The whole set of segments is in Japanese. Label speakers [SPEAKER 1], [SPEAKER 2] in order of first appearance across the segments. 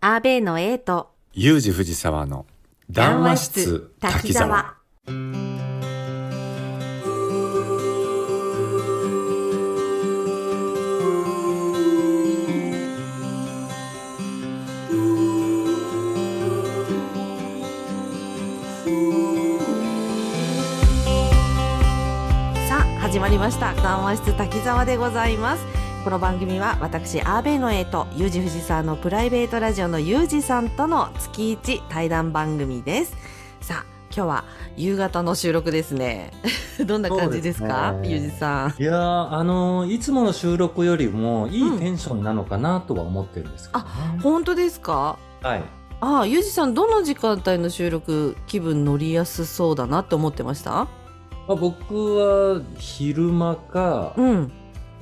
[SPEAKER 1] アーベイの A と
[SPEAKER 2] ユージ藤沢の談話室滝沢。
[SPEAKER 1] さあ始まりました談話室滝沢でございますこの番組は私アーベイの A とユージ藤沢のプライベートラジオのユージさんとの月一対談番組ですさあ今日は夕方の収録ですね どんな感じですか
[SPEAKER 3] そうですね
[SPEAKER 1] ユージさん
[SPEAKER 3] いやー、あのーいつもの収録よりも
[SPEAKER 1] う
[SPEAKER 3] い
[SPEAKER 1] ん
[SPEAKER 3] いテンションなのかなとは思ってるんですけど、ね
[SPEAKER 1] 本当ですか
[SPEAKER 3] はい。
[SPEAKER 1] ああユージさんどの時間帯の収録気分乗りやすそうだなって思ってました
[SPEAKER 3] まあ、僕は昼間か、
[SPEAKER 1] うん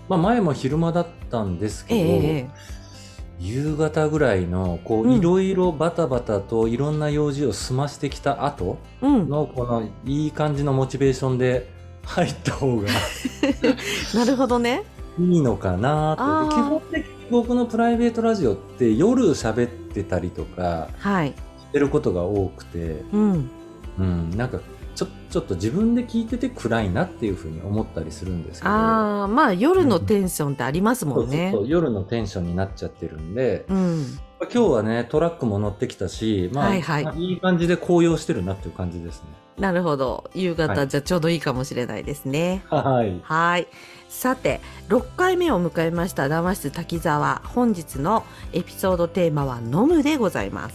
[SPEAKER 3] まあ前も昼間だったんです
[SPEAKER 1] え
[SPEAKER 3] け
[SPEAKER 1] え
[SPEAKER 3] ど、
[SPEAKER 1] ええ
[SPEAKER 3] 夕方ぐらいの、こ
[SPEAKER 1] うん
[SPEAKER 3] う、いろいろバタバタといろんな用事を済ましてきた後
[SPEAKER 1] うん
[SPEAKER 3] の、このいい感じのモチベーションで 入った方が
[SPEAKER 1] なるほどね
[SPEAKER 3] いいのかな
[SPEAKER 1] あー
[SPEAKER 3] と。で基本的に僕のプライベートラジオって夜喋ってたりとか、
[SPEAKER 1] はい
[SPEAKER 3] してることが多くて、
[SPEAKER 1] うん
[SPEAKER 3] うん、なんかちょちょっと自分で聞いてて暗いなっていうふうに思ったりするんですけど
[SPEAKER 1] ああまあ夜のテンションってありますも
[SPEAKER 3] そ
[SPEAKER 1] ん
[SPEAKER 3] うそう
[SPEAKER 1] ね
[SPEAKER 3] そう夜のテンションになっちゃってるんで、
[SPEAKER 1] うん
[SPEAKER 3] まあ今日はねトラックも乗ってきたし、まあ
[SPEAKER 1] はいはい
[SPEAKER 3] まあいい感じで紅葉してるなっていう感じですね。
[SPEAKER 1] なるほど夕方、
[SPEAKER 3] はい
[SPEAKER 1] じゃあちょうどいいかもしれないですね
[SPEAKER 3] はい、
[SPEAKER 1] はいさて6回目を迎えました談話室滝沢本日のエピソードテーマは「飲む」でございます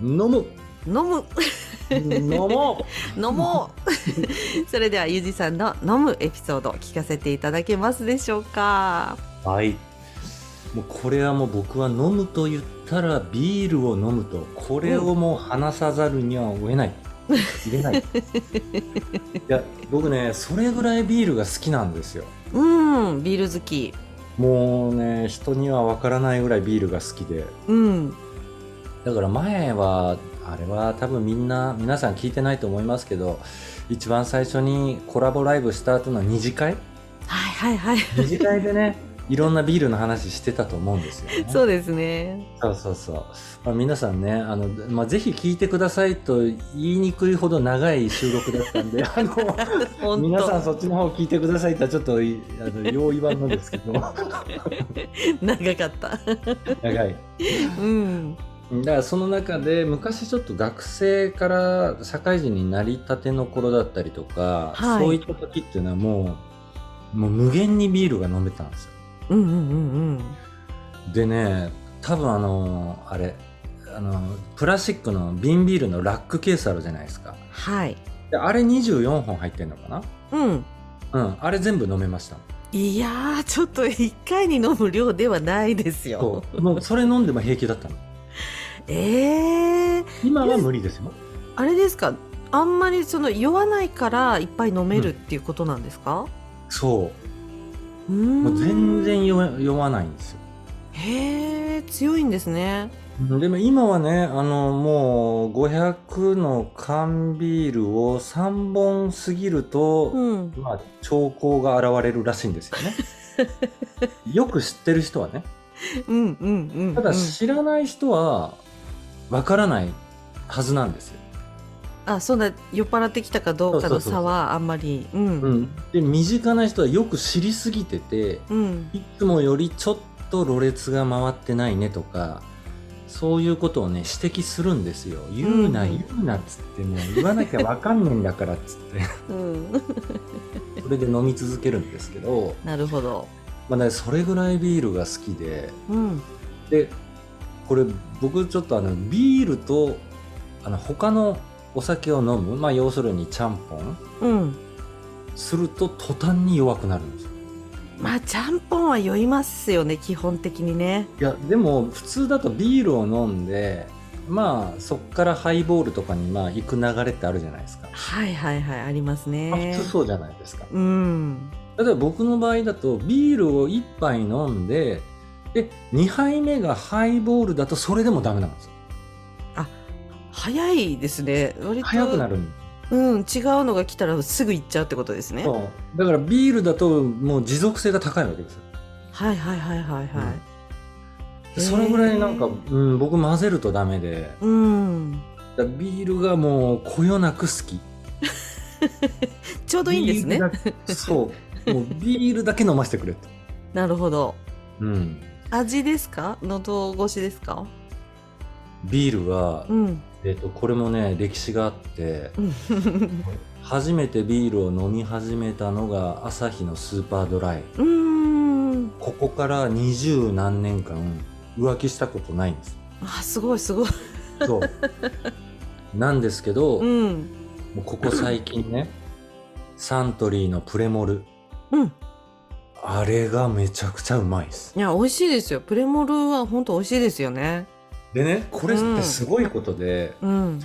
[SPEAKER 3] 飲む
[SPEAKER 1] 飲む
[SPEAKER 3] 飲も
[SPEAKER 1] 飲も うそれではゆじさんの飲むエピソード聞かせていただけますでしょうか
[SPEAKER 3] う はいもうこれはもう僕は飲むと言ったらビールを飲むとこれをもう話さざるには追 えない入れないいや僕ねそれぐらいビールが好きなんですよ
[SPEAKER 1] うんビール好き
[SPEAKER 3] もうね人には分からないぐらいビールが好きで
[SPEAKER 1] うん
[SPEAKER 3] だから前はあれは多分みんな皆さん聞いてないと思いますけど一番最初にコラボライブした後の二次会
[SPEAKER 1] はいはいはい
[SPEAKER 3] 二次会でねいろんなビールの話してたと思うんですよ、ね、
[SPEAKER 1] そうですね
[SPEAKER 3] そうそうそうまあ、皆さんねあの、まあ、ぜひ聞いてくださいと言いにくいほど長い収録だったん であの
[SPEAKER 1] 本当
[SPEAKER 3] 皆さんそっちの方聞いてくださいとはちょっといあ の用意版なんですけど
[SPEAKER 1] 長かった。
[SPEAKER 3] 長い。
[SPEAKER 1] うん。
[SPEAKER 3] だからその中で昔ちょっと学生から社会人になりたての頃だったりとか、
[SPEAKER 1] はい
[SPEAKER 3] そういった時っていうのはもうもう無限にビールが飲めたんですよ
[SPEAKER 1] うんうんうん
[SPEAKER 3] でね多分あのあれあのプラスチックの瓶ビールのラックケースあるじゃないですか
[SPEAKER 1] はい。
[SPEAKER 3] であれ24本入ってんのかな
[SPEAKER 1] うん。
[SPEAKER 3] うんあれ全部飲めました
[SPEAKER 1] いやー、ちょっと一回に飲む量ではないですよ
[SPEAKER 3] そ。うもうそれ飲んでも平気 だったの
[SPEAKER 1] えー、
[SPEAKER 3] 今は無理ですよ
[SPEAKER 1] あれですか。あんまりその酔わないからいっぱい飲めるっていうことなんですか？。
[SPEAKER 3] そううんもう全然酔わ酔わないんですよ
[SPEAKER 1] へえ、強いんですね。
[SPEAKER 3] でも今はね、あの、もう500の缶ビールを3本過ぎると、
[SPEAKER 1] うん。
[SPEAKER 3] まあ、兆候が現れるらしいんですよ ね。よく知ってる人はね。
[SPEAKER 1] うんうんうん、うん。
[SPEAKER 3] ただ知らない人は、わからないはずなんですよ。
[SPEAKER 1] あ、そんな酔っ払ってきたかどうかの差はあんまり。うん。
[SPEAKER 3] う
[SPEAKER 1] うん。
[SPEAKER 3] ん。で、身近な人はよく知りすぎてて、いつもよりちょっとろれつが回ってないねとか、そういうことをね、指摘するんですよ。言うな、
[SPEAKER 1] うん
[SPEAKER 3] 言うなっつって、もう言わなきゃわかんねえんだからっつっ
[SPEAKER 1] う
[SPEAKER 3] て、
[SPEAKER 1] ん、
[SPEAKER 3] それで飲み続けるんですけど、
[SPEAKER 1] なるほど。
[SPEAKER 3] まあね、それぐらいビールが好きで、
[SPEAKER 1] うん。
[SPEAKER 3] で、これ僕ちょっとあの、ビールと、あの、他のお酒を飲む、まあ要するにちゃんぽん
[SPEAKER 1] うん。
[SPEAKER 3] すると途端に弱くなるんですよ。
[SPEAKER 1] まあちゃんぽんは酔いますよね基本的にね
[SPEAKER 3] いやでも普通だとビールを飲んでまあそっからハイボールとかにまあ行く流れってあるじゃないですか、
[SPEAKER 1] はいはいはいあります
[SPEAKER 3] まあ
[SPEAKER 1] ね
[SPEAKER 3] 普通そうじゃないですか
[SPEAKER 1] うん
[SPEAKER 3] 例えば僕の場合だとビールを1杯飲んでで2杯目がハイボールだとそれでもダメなんですよ
[SPEAKER 1] 早いですね割と
[SPEAKER 3] 早くなるんで
[SPEAKER 1] うん違うのが来たらすぐ行っちゃうってことですね
[SPEAKER 3] すよだからビールだともう持続性が高いわけですよ
[SPEAKER 1] はいはいはいはいはい、へー
[SPEAKER 3] それぐらいなんか、うん、僕混ぜるとダメで
[SPEAKER 1] うん
[SPEAKER 3] だビールがもうこよなく好き
[SPEAKER 1] ちょうどいいんです
[SPEAKER 3] ビ
[SPEAKER 1] ね
[SPEAKER 3] ールだそうもうビールだけ飲ませてくれと、
[SPEAKER 1] なるほど
[SPEAKER 3] うん、
[SPEAKER 1] 味ですか喉越しですか
[SPEAKER 3] ビールは、
[SPEAKER 1] うん
[SPEAKER 3] えっとこれもね歴史があって
[SPEAKER 1] うん
[SPEAKER 3] 初めてビールを飲み始めたのが朝日のスーパードライ
[SPEAKER 1] うーん
[SPEAKER 3] ここから二十何年間浮気したことないんです
[SPEAKER 1] あすごいすごい
[SPEAKER 3] そうなんですけど、も
[SPEAKER 1] うん
[SPEAKER 3] うここ最近ねサントリーのプレモル
[SPEAKER 1] うん
[SPEAKER 3] あれがめちゃくちゃうまいです
[SPEAKER 1] いや美味しいですよプレモルは本当美味しいですよね
[SPEAKER 3] でねこれってすごいことで
[SPEAKER 1] うん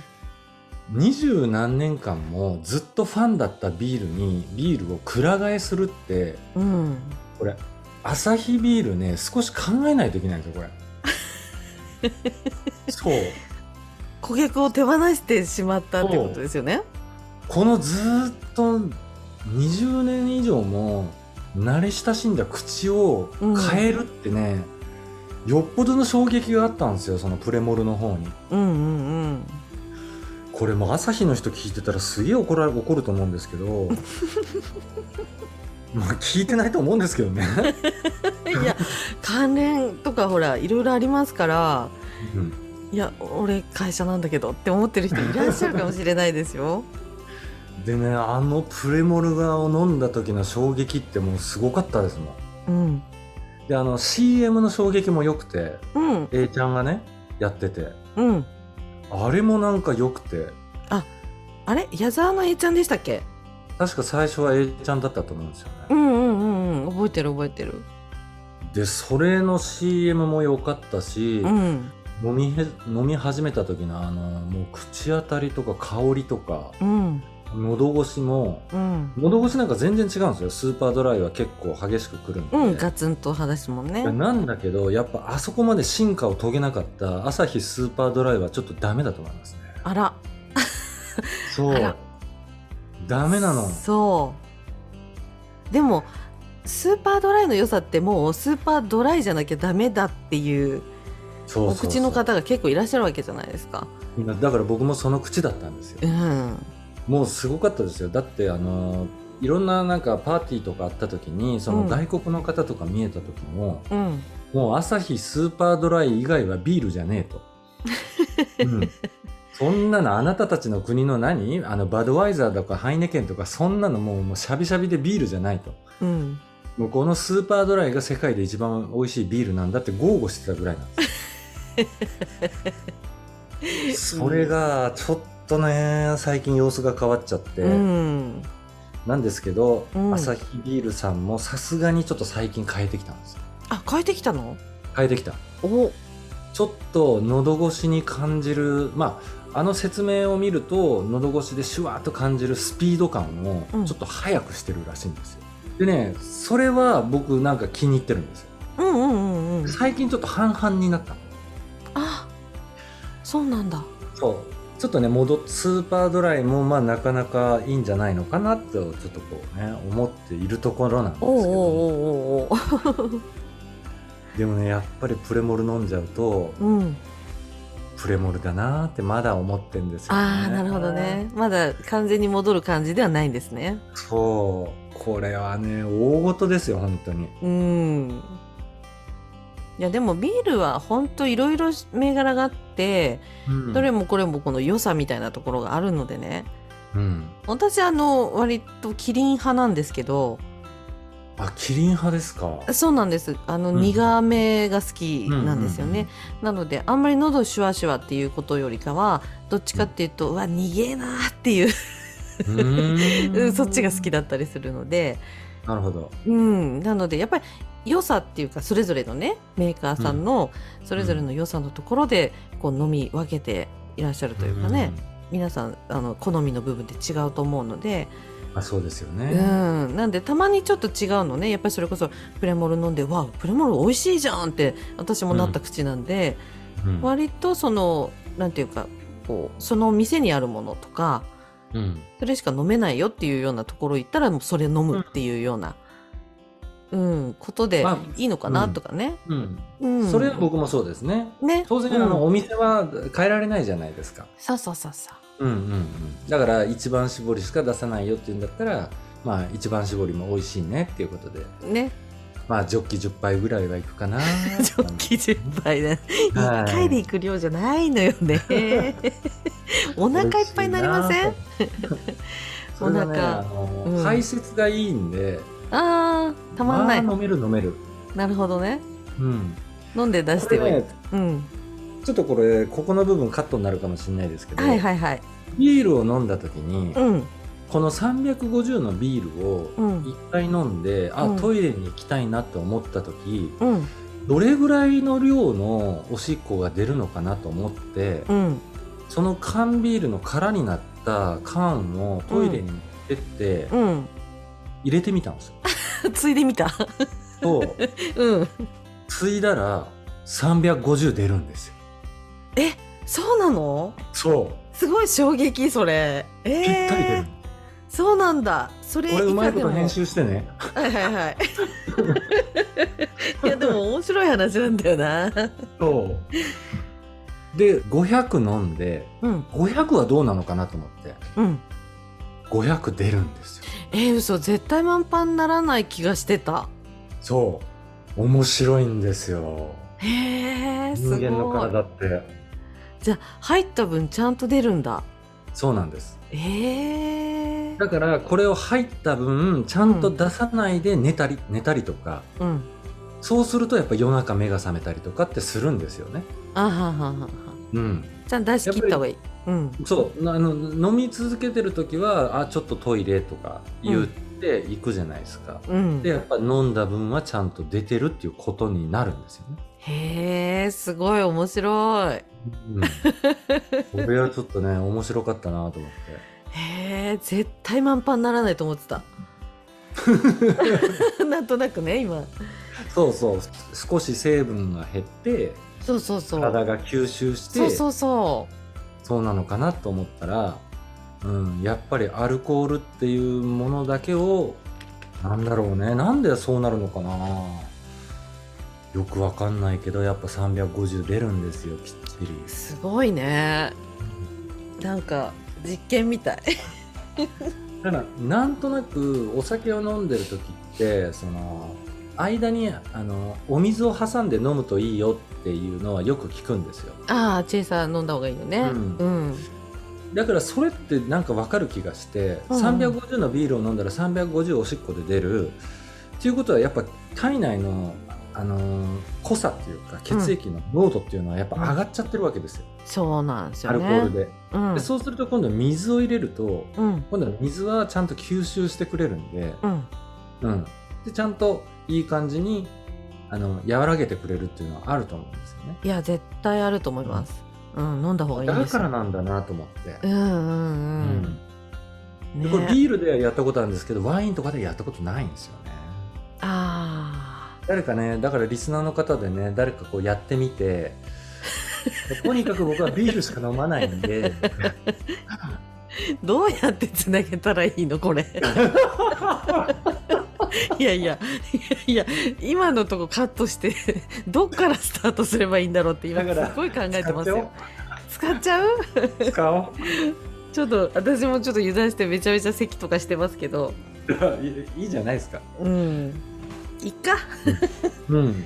[SPEAKER 3] 二十、何年間もずっとファンだったビールにビールをくら替えするって
[SPEAKER 1] うん
[SPEAKER 3] これアサヒビールね少し考えないといけないんですよこ れそう
[SPEAKER 1] 顧客を手放してしまったってことですよね
[SPEAKER 3] このずーっと20年以上も慣れ親しんだ口を変えるってね、よっぽどの衝撃があったんですよそのプレモルの方に
[SPEAKER 1] うんうんうん
[SPEAKER 3] これもう朝日の人聞いてたらすげえ怒ら怒ると思うんですけ どまあ聞いてないと思うんですけどね、
[SPEAKER 1] いや関連とかほらいろいろありますから
[SPEAKER 3] うん
[SPEAKER 1] いや俺会社なんだけどって思ってる人いらっしゃるかもしれないですよ。
[SPEAKER 3] でねあのプレモルガを飲んだ時の衝撃ってもうすごかったですもん
[SPEAKER 1] うん、
[SPEAKER 3] であの CM の衝撃も良くて
[SPEAKER 1] うん、
[SPEAKER 3] A ちゃんがねやってて
[SPEAKER 1] うん、
[SPEAKER 3] あれもなんか良くて
[SPEAKER 1] あれ矢沢の A ちゃんでしたっけ？
[SPEAKER 3] 確か最初は A ちゃんだったと思うんですよ
[SPEAKER 1] う
[SPEAKER 3] ね、
[SPEAKER 1] んうんうんうん覚えてる覚えてる。
[SPEAKER 3] でそれの CM も良かったし、
[SPEAKER 1] うん
[SPEAKER 3] 飲みへ飲み始めた時のあのもう口当たりとか香りとか
[SPEAKER 1] うん
[SPEAKER 3] 喉越しも
[SPEAKER 1] うん
[SPEAKER 3] 喉越しなんか全然違うんですよスーパードライは結構激しくくるんで、
[SPEAKER 1] うんガツンと話すもんね
[SPEAKER 3] いや。なんだけどやっぱあそこまで進化を遂げなかった朝日スーパードライはちょっとダメだと思いますね
[SPEAKER 1] あら
[SPEAKER 3] そ
[SPEAKER 1] あ
[SPEAKER 3] う
[SPEAKER 1] ら
[SPEAKER 3] ダメなの
[SPEAKER 1] そう。でもスーパードライの良さってもうスーパードライじゃなきゃダメだっていう
[SPEAKER 3] そう
[SPEAKER 1] お
[SPEAKER 3] そうそう
[SPEAKER 1] 口の方が結構いらっしゃるわけじゃないですか。
[SPEAKER 3] だから僕もその口だったんですよ
[SPEAKER 1] うん
[SPEAKER 3] もうすごかったですよだってあのいろんななんかパーティーとかあった時にそうの
[SPEAKER 1] ん
[SPEAKER 3] 外国の方とか見えた時も、
[SPEAKER 1] うん
[SPEAKER 3] もう朝日スーパードライ以外はビールじ ゃねえと、うん、そんなのあなたたちの国の何あのバドワイザーとかハイネケンとかそんなのもうもうしゃびしゃびでビールじゃないと
[SPEAKER 1] うん。
[SPEAKER 3] もうこのスーパードライが世界で一番美味しいビールなんだって豪語してたぐらいなんです それがちょっとね最近様子が変わっちゃって、
[SPEAKER 1] うん
[SPEAKER 3] なんですけど、
[SPEAKER 1] うん
[SPEAKER 3] アサヒビールさんもさすがにちょっと最近変えてきたんですよ
[SPEAKER 1] あ変えてきたの
[SPEAKER 3] 変えてきた
[SPEAKER 1] お
[SPEAKER 3] ちょっと喉越しに感じるまああの説明を見ると喉越しでシュワーっと感じるスピード感
[SPEAKER 1] う
[SPEAKER 3] を
[SPEAKER 1] ん
[SPEAKER 3] ちょっと速くしてるらしいんですよ、でねそれは僕なんか気に入ってるんですよ
[SPEAKER 1] うんうんうんうん
[SPEAKER 3] 最近ちょっと半々になったの
[SPEAKER 1] あそうなんだ
[SPEAKER 3] そうちょっとね戻っスーパードライもまあなかなかいいんじゃないのかなとちょっとこうね思っているところなんですけ
[SPEAKER 1] おうおうお
[SPEAKER 3] ど
[SPEAKER 1] うおうお
[SPEAKER 3] でもねやっぱりプレモル飲んじゃうと
[SPEAKER 1] う、うん、
[SPEAKER 3] プレモルだなーってまだ思ってんですよ、ね、
[SPEAKER 1] ああなるほどねまだ完全に戻る感じではないんですね
[SPEAKER 3] そうこれはね大事ですよ本当に
[SPEAKER 1] うんいやでもビールは本当いろいろ銘柄があってどれ
[SPEAKER 3] も、
[SPEAKER 1] もこれもこの良さみたいなところがあるのでね
[SPEAKER 3] うん、
[SPEAKER 1] 私あの割とキリン派なんですけど
[SPEAKER 3] あキリン派ですか
[SPEAKER 1] そうなんですあの
[SPEAKER 3] うん
[SPEAKER 1] 苦めが好きなんですよね、
[SPEAKER 3] うん
[SPEAKER 1] なのであんまり喉シュワシュワっていうことよりかはどっちかっていうと、うわ逃げえなーっていう、
[SPEAKER 3] うんうんうんうー ん
[SPEAKER 1] そっちが好きだったりするので、
[SPEAKER 3] なるほど
[SPEAKER 1] うん、なのでやっぱり良さっていうかそれぞれのねメーカーさんのそれぞれの良さのところでこう飲み分けていらっしゃるというかね、皆さんあの好みの部分で違うと思うので、
[SPEAKER 3] うんあそうですよ
[SPEAKER 1] う
[SPEAKER 3] ね、
[SPEAKER 1] ん、なんでたまにちょっと違うのねやっぱりそれこそプレモル飲んで「わあプレモル美味しいじゃん!」って私もなった口なんで。
[SPEAKER 3] うん
[SPEAKER 1] 割とそのなんていうかこうその店にあるものとか
[SPEAKER 3] うん
[SPEAKER 1] それしか飲めないよっていうようなところ行ったらもうそれ飲むっていうようなうん、ことで
[SPEAKER 3] まあ
[SPEAKER 1] いいのかなとかね。
[SPEAKER 3] うん
[SPEAKER 1] うん、
[SPEAKER 3] それは僕もそうですね。
[SPEAKER 1] ね、
[SPEAKER 3] 当然、
[SPEAKER 1] うん
[SPEAKER 3] あのお店は変えられないじゃないですか。
[SPEAKER 1] そうそうそうそう。
[SPEAKER 3] うんうんうん、だから一番搾りしか出さないよっていうんだったら、まあ、一番搾りも美味しいねっていうことで、
[SPEAKER 1] ね、
[SPEAKER 3] まあ、ジョッキ10杯ぐらいはいくかな
[SPEAKER 1] ジョッキ10杯で、
[SPEAKER 3] はい
[SPEAKER 1] 1回で行く量じゃないのよね お腹いっぱいになりません
[SPEAKER 3] それがね
[SPEAKER 1] お腹
[SPEAKER 3] あの
[SPEAKER 1] うん
[SPEAKER 3] 排泄がいいんで
[SPEAKER 1] あーたまんない、
[SPEAKER 3] あ飲める飲める、
[SPEAKER 1] なるほどね
[SPEAKER 3] うん、
[SPEAKER 1] 飲んで出し
[SPEAKER 3] こ
[SPEAKER 1] て
[SPEAKER 3] れ
[SPEAKER 1] はいい、
[SPEAKER 3] ね
[SPEAKER 1] うん
[SPEAKER 3] ちょっとこれここの部分カットになるかもしれないですけど、
[SPEAKER 1] はいはいはい
[SPEAKER 3] ビールを飲んだ時に、
[SPEAKER 1] うん
[SPEAKER 3] この350のビールを
[SPEAKER 1] うん
[SPEAKER 3] 一回飲んで、
[SPEAKER 1] うん
[SPEAKER 3] あトイレに行きたいなって思った時
[SPEAKER 1] うん
[SPEAKER 3] どれぐらいの量のおしっこが出るのかなと思って、
[SPEAKER 1] うん
[SPEAKER 3] その缶ビールの空になった缶をトイレに持ってって
[SPEAKER 1] うん
[SPEAKER 3] 入れてみたんですよ。
[SPEAKER 1] ついでみた
[SPEAKER 3] と
[SPEAKER 1] うん
[SPEAKER 3] ついだら350出るんですよ。
[SPEAKER 1] そうなの
[SPEAKER 3] そう
[SPEAKER 1] すごい衝撃それえ
[SPEAKER 3] ぴ
[SPEAKER 1] え
[SPEAKER 3] ったり出る。
[SPEAKER 1] そうなんだそれ
[SPEAKER 3] これうまいこと
[SPEAKER 1] 以下でも
[SPEAKER 3] 編集してね。
[SPEAKER 1] はいはいはい いやでも面白い話なんだよな
[SPEAKER 3] そう。で500飲んで
[SPEAKER 1] うん
[SPEAKER 3] 500はどうなのかなと思って
[SPEAKER 1] うん
[SPEAKER 3] 500出るんですよ。
[SPEAKER 1] えー、嘘絶対満杯にならない気がしてた
[SPEAKER 3] そう面白いんですよ。
[SPEAKER 1] へえすご
[SPEAKER 3] 人
[SPEAKER 1] い
[SPEAKER 3] 間の体って
[SPEAKER 1] じゃあ入った分ちゃんと出るんだ
[SPEAKER 3] そうなんです。
[SPEAKER 1] ええ
[SPEAKER 3] だからこれを入った分ちゃんと出さないで寝たり、寝たりとか
[SPEAKER 1] うん
[SPEAKER 3] そうするとやっぱ夜中目が覚めたりとかってするんですよね。
[SPEAKER 1] あはははは
[SPEAKER 3] うん、
[SPEAKER 1] じゃあ出し切った方がいいうん
[SPEAKER 3] そうなあの飲み続けてる時はあちょっとトイレとか言って行くじゃないですか。
[SPEAKER 1] うん
[SPEAKER 3] でやっぱ飲んだ分はちゃんと出てるっていうことになるんですよね。
[SPEAKER 1] へえすごい面白い
[SPEAKER 3] うん、これはちょっとね面白かったなと思って。
[SPEAKER 1] へえ絶対満杯にならないと思 ってたなんとなくね今
[SPEAKER 3] そうそう少し成分が減って
[SPEAKER 1] そうそうそう
[SPEAKER 3] 体が吸収して。
[SPEAKER 1] そうそうそ
[SPEAKER 3] そうなのかなと思ったら、うん、やっぱりアルコールっていうものだけをなんだろうねなんでそうなるのかなよくわかんないけどやっぱ350出るんですよきっちり
[SPEAKER 1] うすごいねなんか実験みたい
[SPEAKER 3] だからなんとなくお酒を飲んでる時ってその間にあのお水を挟んで飲むといいよっていうのはよく聞くんですよ
[SPEAKER 1] ああチェイサー飲んだ方がいいよね
[SPEAKER 3] うん
[SPEAKER 1] うん
[SPEAKER 3] だからそれってなんかわかる気がして、
[SPEAKER 1] うん
[SPEAKER 3] 350のビールを飲んだら350おしっこで出るっていうことはやっぱ体内の、あのー濃さっていうか血液の濃度っていうのはやっぱ上がっちゃってるわけですよ、
[SPEAKER 1] そうなんですよ
[SPEAKER 3] アル
[SPEAKER 1] ね。
[SPEAKER 3] コールで,、
[SPEAKER 1] うん
[SPEAKER 3] でそうすると今度水を入れると
[SPEAKER 1] うん
[SPEAKER 3] 今度は水はちゃんと吸収してくれるんで,、
[SPEAKER 1] うん
[SPEAKER 3] うん、でちゃんといい感じにあの和らげてくれるっていうのはあると思うんですよね
[SPEAKER 1] いや絶対あると思います。うん飲んだ方がいい
[SPEAKER 3] だ
[SPEAKER 1] です。
[SPEAKER 3] からなんだなと思って、
[SPEAKER 1] うんうんうん。
[SPEAKER 3] で
[SPEAKER 1] ね
[SPEAKER 3] これビールではやったことあるんですけどワインとかでやったことないんですよね
[SPEAKER 1] あ
[SPEAKER 3] 誰かねだからリスナーの方でね誰かこうやってみて とにかく僕はビールしか飲まないんで
[SPEAKER 1] ーどうやってつなげたらいいのこれ。いやいやいやいや今のとこカットしてどっからスタートすればいいんだろうって今
[SPEAKER 3] だから
[SPEAKER 1] すごい考えて
[SPEAKER 3] 使
[SPEAKER 1] ます
[SPEAKER 3] って
[SPEAKER 1] よ
[SPEAKER 3] よ。
[SPEAKER 1] 使っちゃう？
[SPEAKER 3] 使おう
[SPEAKER 1] ちょっと私もちょっと油断してめちゃめちゃ咳とかしてますけど。
[SPEAKER 3] いいいじゃないですか
[SPEAKER 1] うん。いっか。
[SPEAKER 3] うん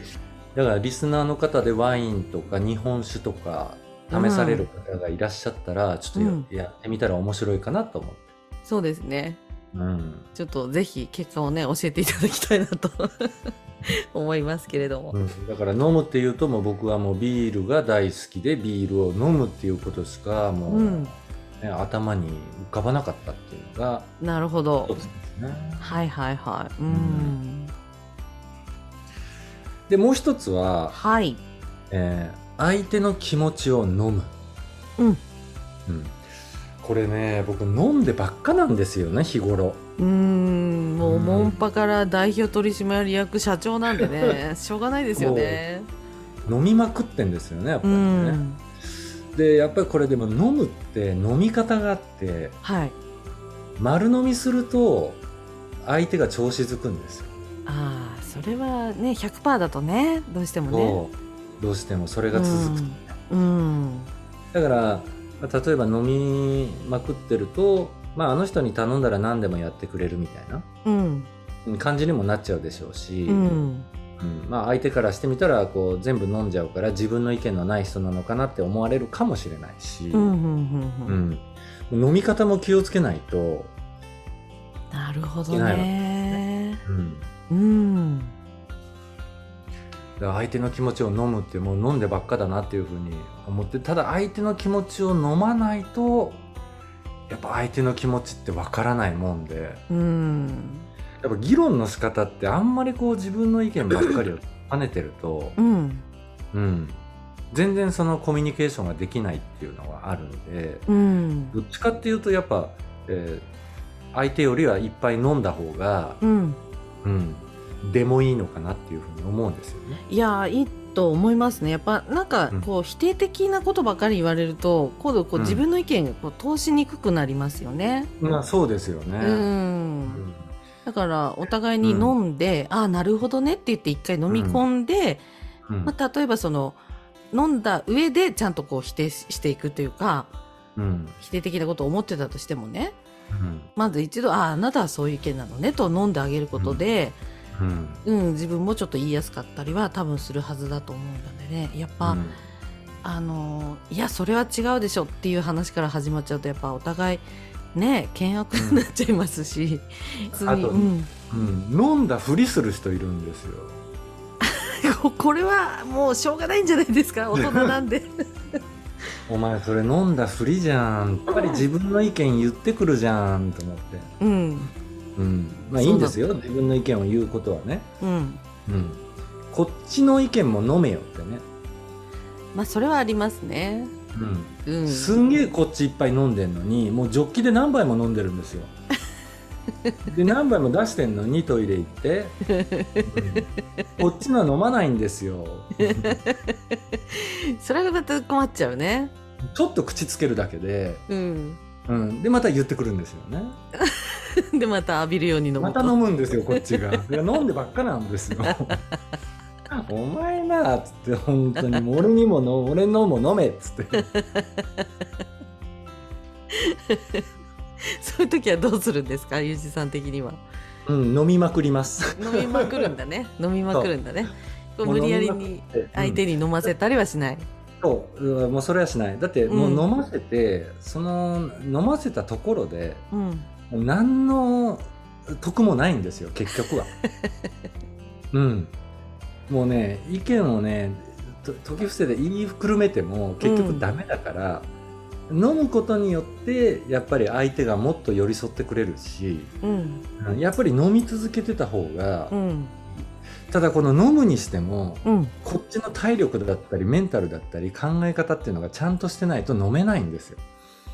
[SPEAKER 3] だからリスナーの方でワインとか日本酒とか試される方がいらっしゃったら、ちょっとや,、
[SPEAKER 1] うん
[SPEAKER 3] ってみたら面白いかなと思って
[SPEAKER 1] そうですね。
[SPEAKER 3] うん、
[SPEAKER 1] ちょっとぜひ結果をね教えていただきたいなと 思いますけれども、
[SPEAKER 3] だから飲むっていうともう僕はもうビールが大好きでビールを飲むっていうことしかもう、
[SPEAKER 1] うん
[SPEAKER 3] ね、頭に浮かばなかったっていうのが
[SPEAKER 1] なるほ
[SPEAKER 3] 一
[SPEAKER 1] ど
[SPEAKER 3] つですね。
[SPEAKER 1] はいはいはいうん、
[SPEAKER 3] でもう一つは、
[SPEAKER 1] はい
[SPEAKER 3] えー相手の気持ちを飲む。
[SPEAKER 1] うん
[SPEAKER 3] うんこれね僕飲んでばっかなんですよね日頃。
[SPEAKER 1] うーんもう
[SPEAKER 3] うん
[SPEAKER 1] モンパから代表取締役社長なんでねしょうがないですよね
[SPEAKER 3] 飲みまくってんですよねやっぱ
[SPEAKER 1] う
[SPEAKER 3] りね。
[SPEAKER 1] ん
[SPEAKER 3] でやっぱりこれでも飲むって飲み方があって
[SPEAKER 1] はい
[SPEAKER 3] 丸飲みすると相手が調子づくんですよ。
[SPEAKER 1] ああそれはね100%だとねどうしてもね
[SPEAKER 3] そうどうしてもそれが続く、
[SPEAKER 1] うん
[SPEAKER 3] だからまあ例えば飲みまくってると、まあ、あの人に頼んだら何でもやってくれるみたいな
[SPEAKER 1] うん
[SPEAKER 3] 感じにもなっちゃうでしょうし、
[SPEAKER 1] うん
[SPEAKER 3] うんまあ、相手からしてみたらこう全部飲んじゃうから自分の意見のない人なのかなって思われるかもしれないし、
[SPEAKER 1] うんうんうんうん
[SPEAKER 3] うん飲み方も気をつけないと、
[SPEAKER 1] なるほどね
[SPEAKER 3] うん、だ
[SPEAKER 1] うん
[SPEAKER 3] から相手の気持ちを飲むってもう飲んでばっかだなっていうふうに思ってただ相手の気持ちを飲まないとやっぱ相手の気持ちってわからないもんで
[SPEAKER 1] うん
[SPEAKER 3] やっぱ議論の仕方ってあんまりこう自分の意見ばっかりを跳ねてると
[SPEAKER 1] う、ん
[SPEAKER 3] うん、全然そのコミュニケーションができないっていうのはあるんで。
[SPEAKER 1] うん
[SPEAKER 3] どっちかっていうとやっぱ、えー相手よりはいっぱい飲んだ方が、
[SPEAKER 1] うん
[SPEAKER 3] うん、でもいいのかなっていうふうに思うんですよね。
[SPEAKER 1] いやいいと思いますねやっぱなんか
[SPEAKER 3] うん
[SPEAKER 1] こう否定的なことばかり言われると今度こう
[SPEAKER 3] うん
[SPEAKER 1] 自分の意見がこう通しにくくなりますよね。
[SPEAKER 3] まあそうですよ
[SPEAKER 1] う
[SPEAKER 3] ね。
[SPEAKER 1] んだからお互いに飲んで、ああなるほどねって言って一回飲み込んで、
[SPEAKER 3] うん
[SPEAKER 1] まあ、例えばその飲んだ上でちゃんとこう否定ししていくというか
[SPEAKER 3] うん
[SPEAKER 1] 否定的なことを思ってたとしてもね
[SPEAKER 3] うん
[SPEAKER 1] まず一度「あああなたはそういう意見なのね」と飲んであげることで、
[SPEAKER 3] うん
[SPEAKER 1] うん自分もちょっと言いやすかったりは多分するはずだと思うんだよね。やっぱ、
[SPEAKER 3] うん
[SPEAKER 1] あのいやそれは違うでしょっていう話から始まっちゃうとやっぱお互いね険悪になっちゃいますし、普通に
[SPEAKER 3] あと
[SPEAKER 1] うん、
[SPEAKER 3] うん飲んだふりする人いるんですよ。
[SPEAKER 1] これはもうしょうがないんじゃないですか大人なん で
[SPEAKER 3] お前それ飲んだふりじゃん。やっぱり自分の意見言ってくるじゃんと思って。
[SPEAKER 1] うん
[SPEAKER 3] うん、まあいいんですよ。自分の意見を言うことはね。
[SPEAKER 1] うん
[SPEAKER 3] うん、こっちの意見も飲めよってね。
[SPEAKER 1] まあそれはありますね
[SPEAKER 3] うん、
[SPEAKER 1] うん
[SPEAKER 3] すんげえこっちいっぱい飲んでんのにもうジョッキで何杯も飲んでるんです よで何杯も出してんのにトイレ行 って、うんこっちのは飲まないんです よ
[SPEAKER 1] それがまた困っちゃうね
[SPEAKER 3] ちょっと口つけるだけで、
[SPEAKER 1] うん
[SPEAKER 3] うん、でまた言ってくるんですよね
[SPEAKER 1] でまた浴びるように飲む
[SPEAKER 3] また飲むんですよこっちがいや飲んでばっかなんですよ お前なっつって本当にもう俺にもの俺のも飲めっつって
[SPEAKER 1] そういう時はどうするんですかゆうじさん的には
[SPEAKER 3] うん飲みまくります
[SPEAKER 1] 飲みまくるんだ ね飲みまくるんだねこう無理やりに相手に飲ませたりはしない、
[SPEAKER 3] そううんもうそれはしないだってもう
[SPEAKER 1] うん
[SPEAKER 3] 飲ませて、その飲ませたところで
[SPEAKER 1] うん
[SPEAKER 3] もう何の得もないんですよ結局はうんもうね意見をねと時伏せで言いくるめても結局ダメだから、飲むことによってやっぱり相手がもっと寄り添ってくれるし、
[SPEAKER 1] うん
[SPEAKER 3] うんやっぱり飲み続けてた方が、
[SPEAKER 1] うん
[SPEAKER 3] ただこの飲むにしても
[SPEAKER 1] うん
[SPEAKER 3] こっちの体力だったりメンタルだったり考え方っていうのがちゃんとしてないと飲めないんですよ、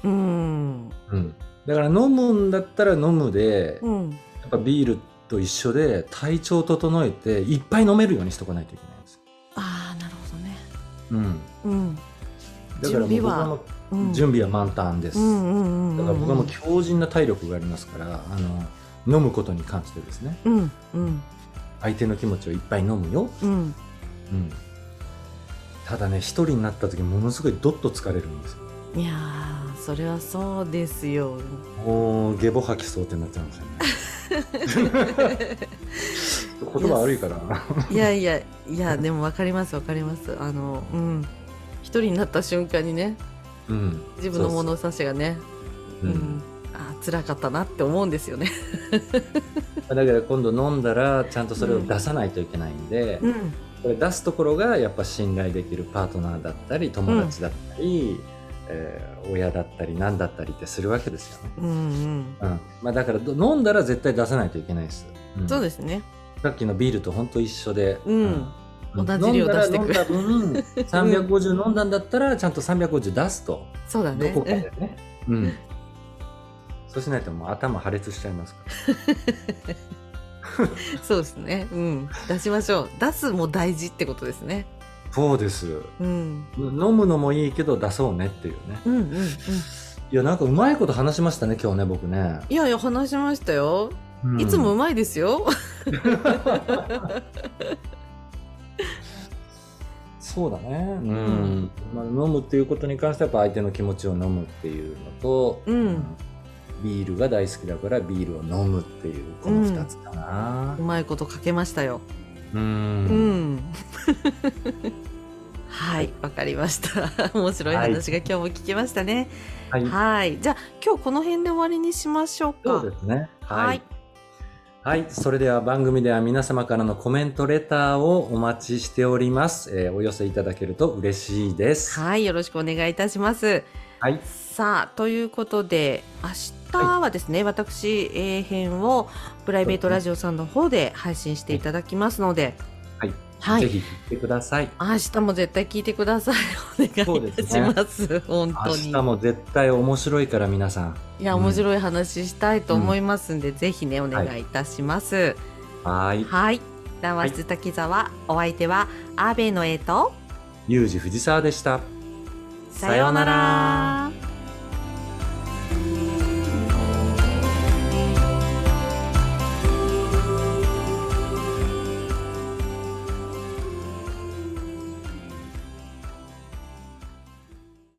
[SPEAKER 1] うん
[SPEAKER 3] うん、だから飲むんだったら飲むで、
[SPEAKER 1] う
[SPEAKER 3] や
[SPEAKER 1] ん
[SPEAKER 3] っぱビールと一緒で体調整えていっぱい飲めるようにしとかないといけないんですよ、
[SPEAKER 1] ああなるほどね
[SPEAKER 3] うん、
[SPEAKER 1] うん
[SPEAKER 3] だからも
[SPEAKER 1] 準
[SPEAKER 3] う
[SPEAKER 1] 備
[SPEAKER 3] 僕
[SPEAKER 1] は
[SPEAKER 3] はも
[SPEAKER 1] う
[SPEAKER 3] うん準備は満タンです、
[SPEAKER 1] うんうんうん
[SPEAKER 3] だから僕はもう強靭な体力がありますからあの飲むことに関してですね
[SPEAKER 1] うんうん
[SPEAKER 3] 相手の気持ちをいっぱい飲むよ、
[SPEAKER 1] うん
[SPEAKER 3] うん、ただね一人になった時ものすごいどっと疲れるんですよ
[SPEAKER 1] いやーそれはそうです よ
[SPEAKER 3] もうゲボ吐きそうってなっちゃうんですよね 言葉悪いから
[SPEAKER 1] いやいやいやでも分かります分かりますあのうん一人になった瞬間にね
[SPEAKER 3] うん
[SPEAKER 1] 自分の物差しがね
[SPEAKER 3] そうそう
[SPEAKER 1] う
[SPEAKER 3] う
[SPEAKER 1] んんあー辛かったなって思うんですよ ね
[SPEAKER 3] だから今度飲んだらちゃんとそれを出さないといけないんで、
[SPEAKER 1] うん
[SPEAKER 3] これ出すところがやっぱ信頼できるパートナーだったり友達だったり、えー親だったり何だったりってするわけですよね、
[SPEAKER 1] うん
[SPEAKER 3] うんまあ、だからど飲んだら絶対出さないといけないです、
[SPEAKER 1] うんそう
[SPEAKER 3] す
[SPEAKER 1] ですね
[SPEAKER 3] さっきのビールと本当一緒で、
[SPEAKER 1] うん同じ量出してく
[SPEAKER 3] 飲んだら飲んだ分350飲んだんだった らちゃんと350出すと
[SPEAKER 1] そうだ
[SPEAKER 3] ど
[SPEAKER 1] ね
[SPEAKER 3] こかでね。うん。そうしないともう頭破裂しちゃいますか
[SPEAKER 1] う
[SPEAKER 3] ら。
[SPEAKER 1] んそうですねうん出しましょう出すも大事ってことですね
[SPEAKER 3] そうです。
[SPEAKER 1] うん
[SPEAKER 3] 飲むのもいいけど出そうねっていうね。
[SPEAKER 1] うんうんうん
[SPEAKER 3] いや、なんかうまいこと話しましたね、今日ね、僕ね。
[SPEAKER 1] いやいや話しましたよ
[SPEAKER 3] うん
[SPEAKER 1] いつもうまいですよ。
[SPEAKER 3] そうだね、うんんまあ、飲むっていうことに関してはやっぱ相手の気持ちを飲むっていうのと、
[SPEAKER 1] うん
[SPEAKER 3] ビールが大好きだからビールを飲むっていうこの2つかな
[SPEAKER 1] う。まいことかけましたよ。
[SPEAKER 3] うん
[SPEAKER 1] うん。 はい、わかりました。 面白い話が今日も聞けましたね。
[SPEAKER 3] はい、
[SPEAKER 1] はい、じゃあ今日この辺で終わりにしましょう
[SPEAKER 3] そう
[SPEAKER 1] か。
[SPEAKER 3] ですね。
[SPEAKER 1] はい、
[SPEAKER 3] はい、それでは番組では皆様からのコメントレターをお待ちしております。えーお寄せいただけると嬉しいです。
[SPEAKER 1] はい、よろしくお願いいたします。
[SPEAKER 3] はい、
[SPEAKER 1] さあということで明日はですね、私 A 編をプライベートラジオさんの方で配信していただきますので、
[SPEAKER 3] はい、
[SPEAKER 1] はい
[SPEAKER 3] ぜひ聞いてください。
[SPEAKER 1] 明日も絶対聞いてくださいお願いいたします本当
[SPEAKER 3] 明
[SPEAKER 1] に
[SPEAKER 3] 日も絶対面白いから皆さん。
[SPEAKER 1] いや
[SPEAKER 3] うん
[SPEAKER 1] 面白い話したいと思いますんで、ぜひねお願いいたします
[SPEAKER 3] はい、
[SPEAKER 1] はい談話室滝沢、お相手は阿部の絵と
[SPEAKER 3] ゆうじ藤沢でした。
[SPEAKER 1] さようなら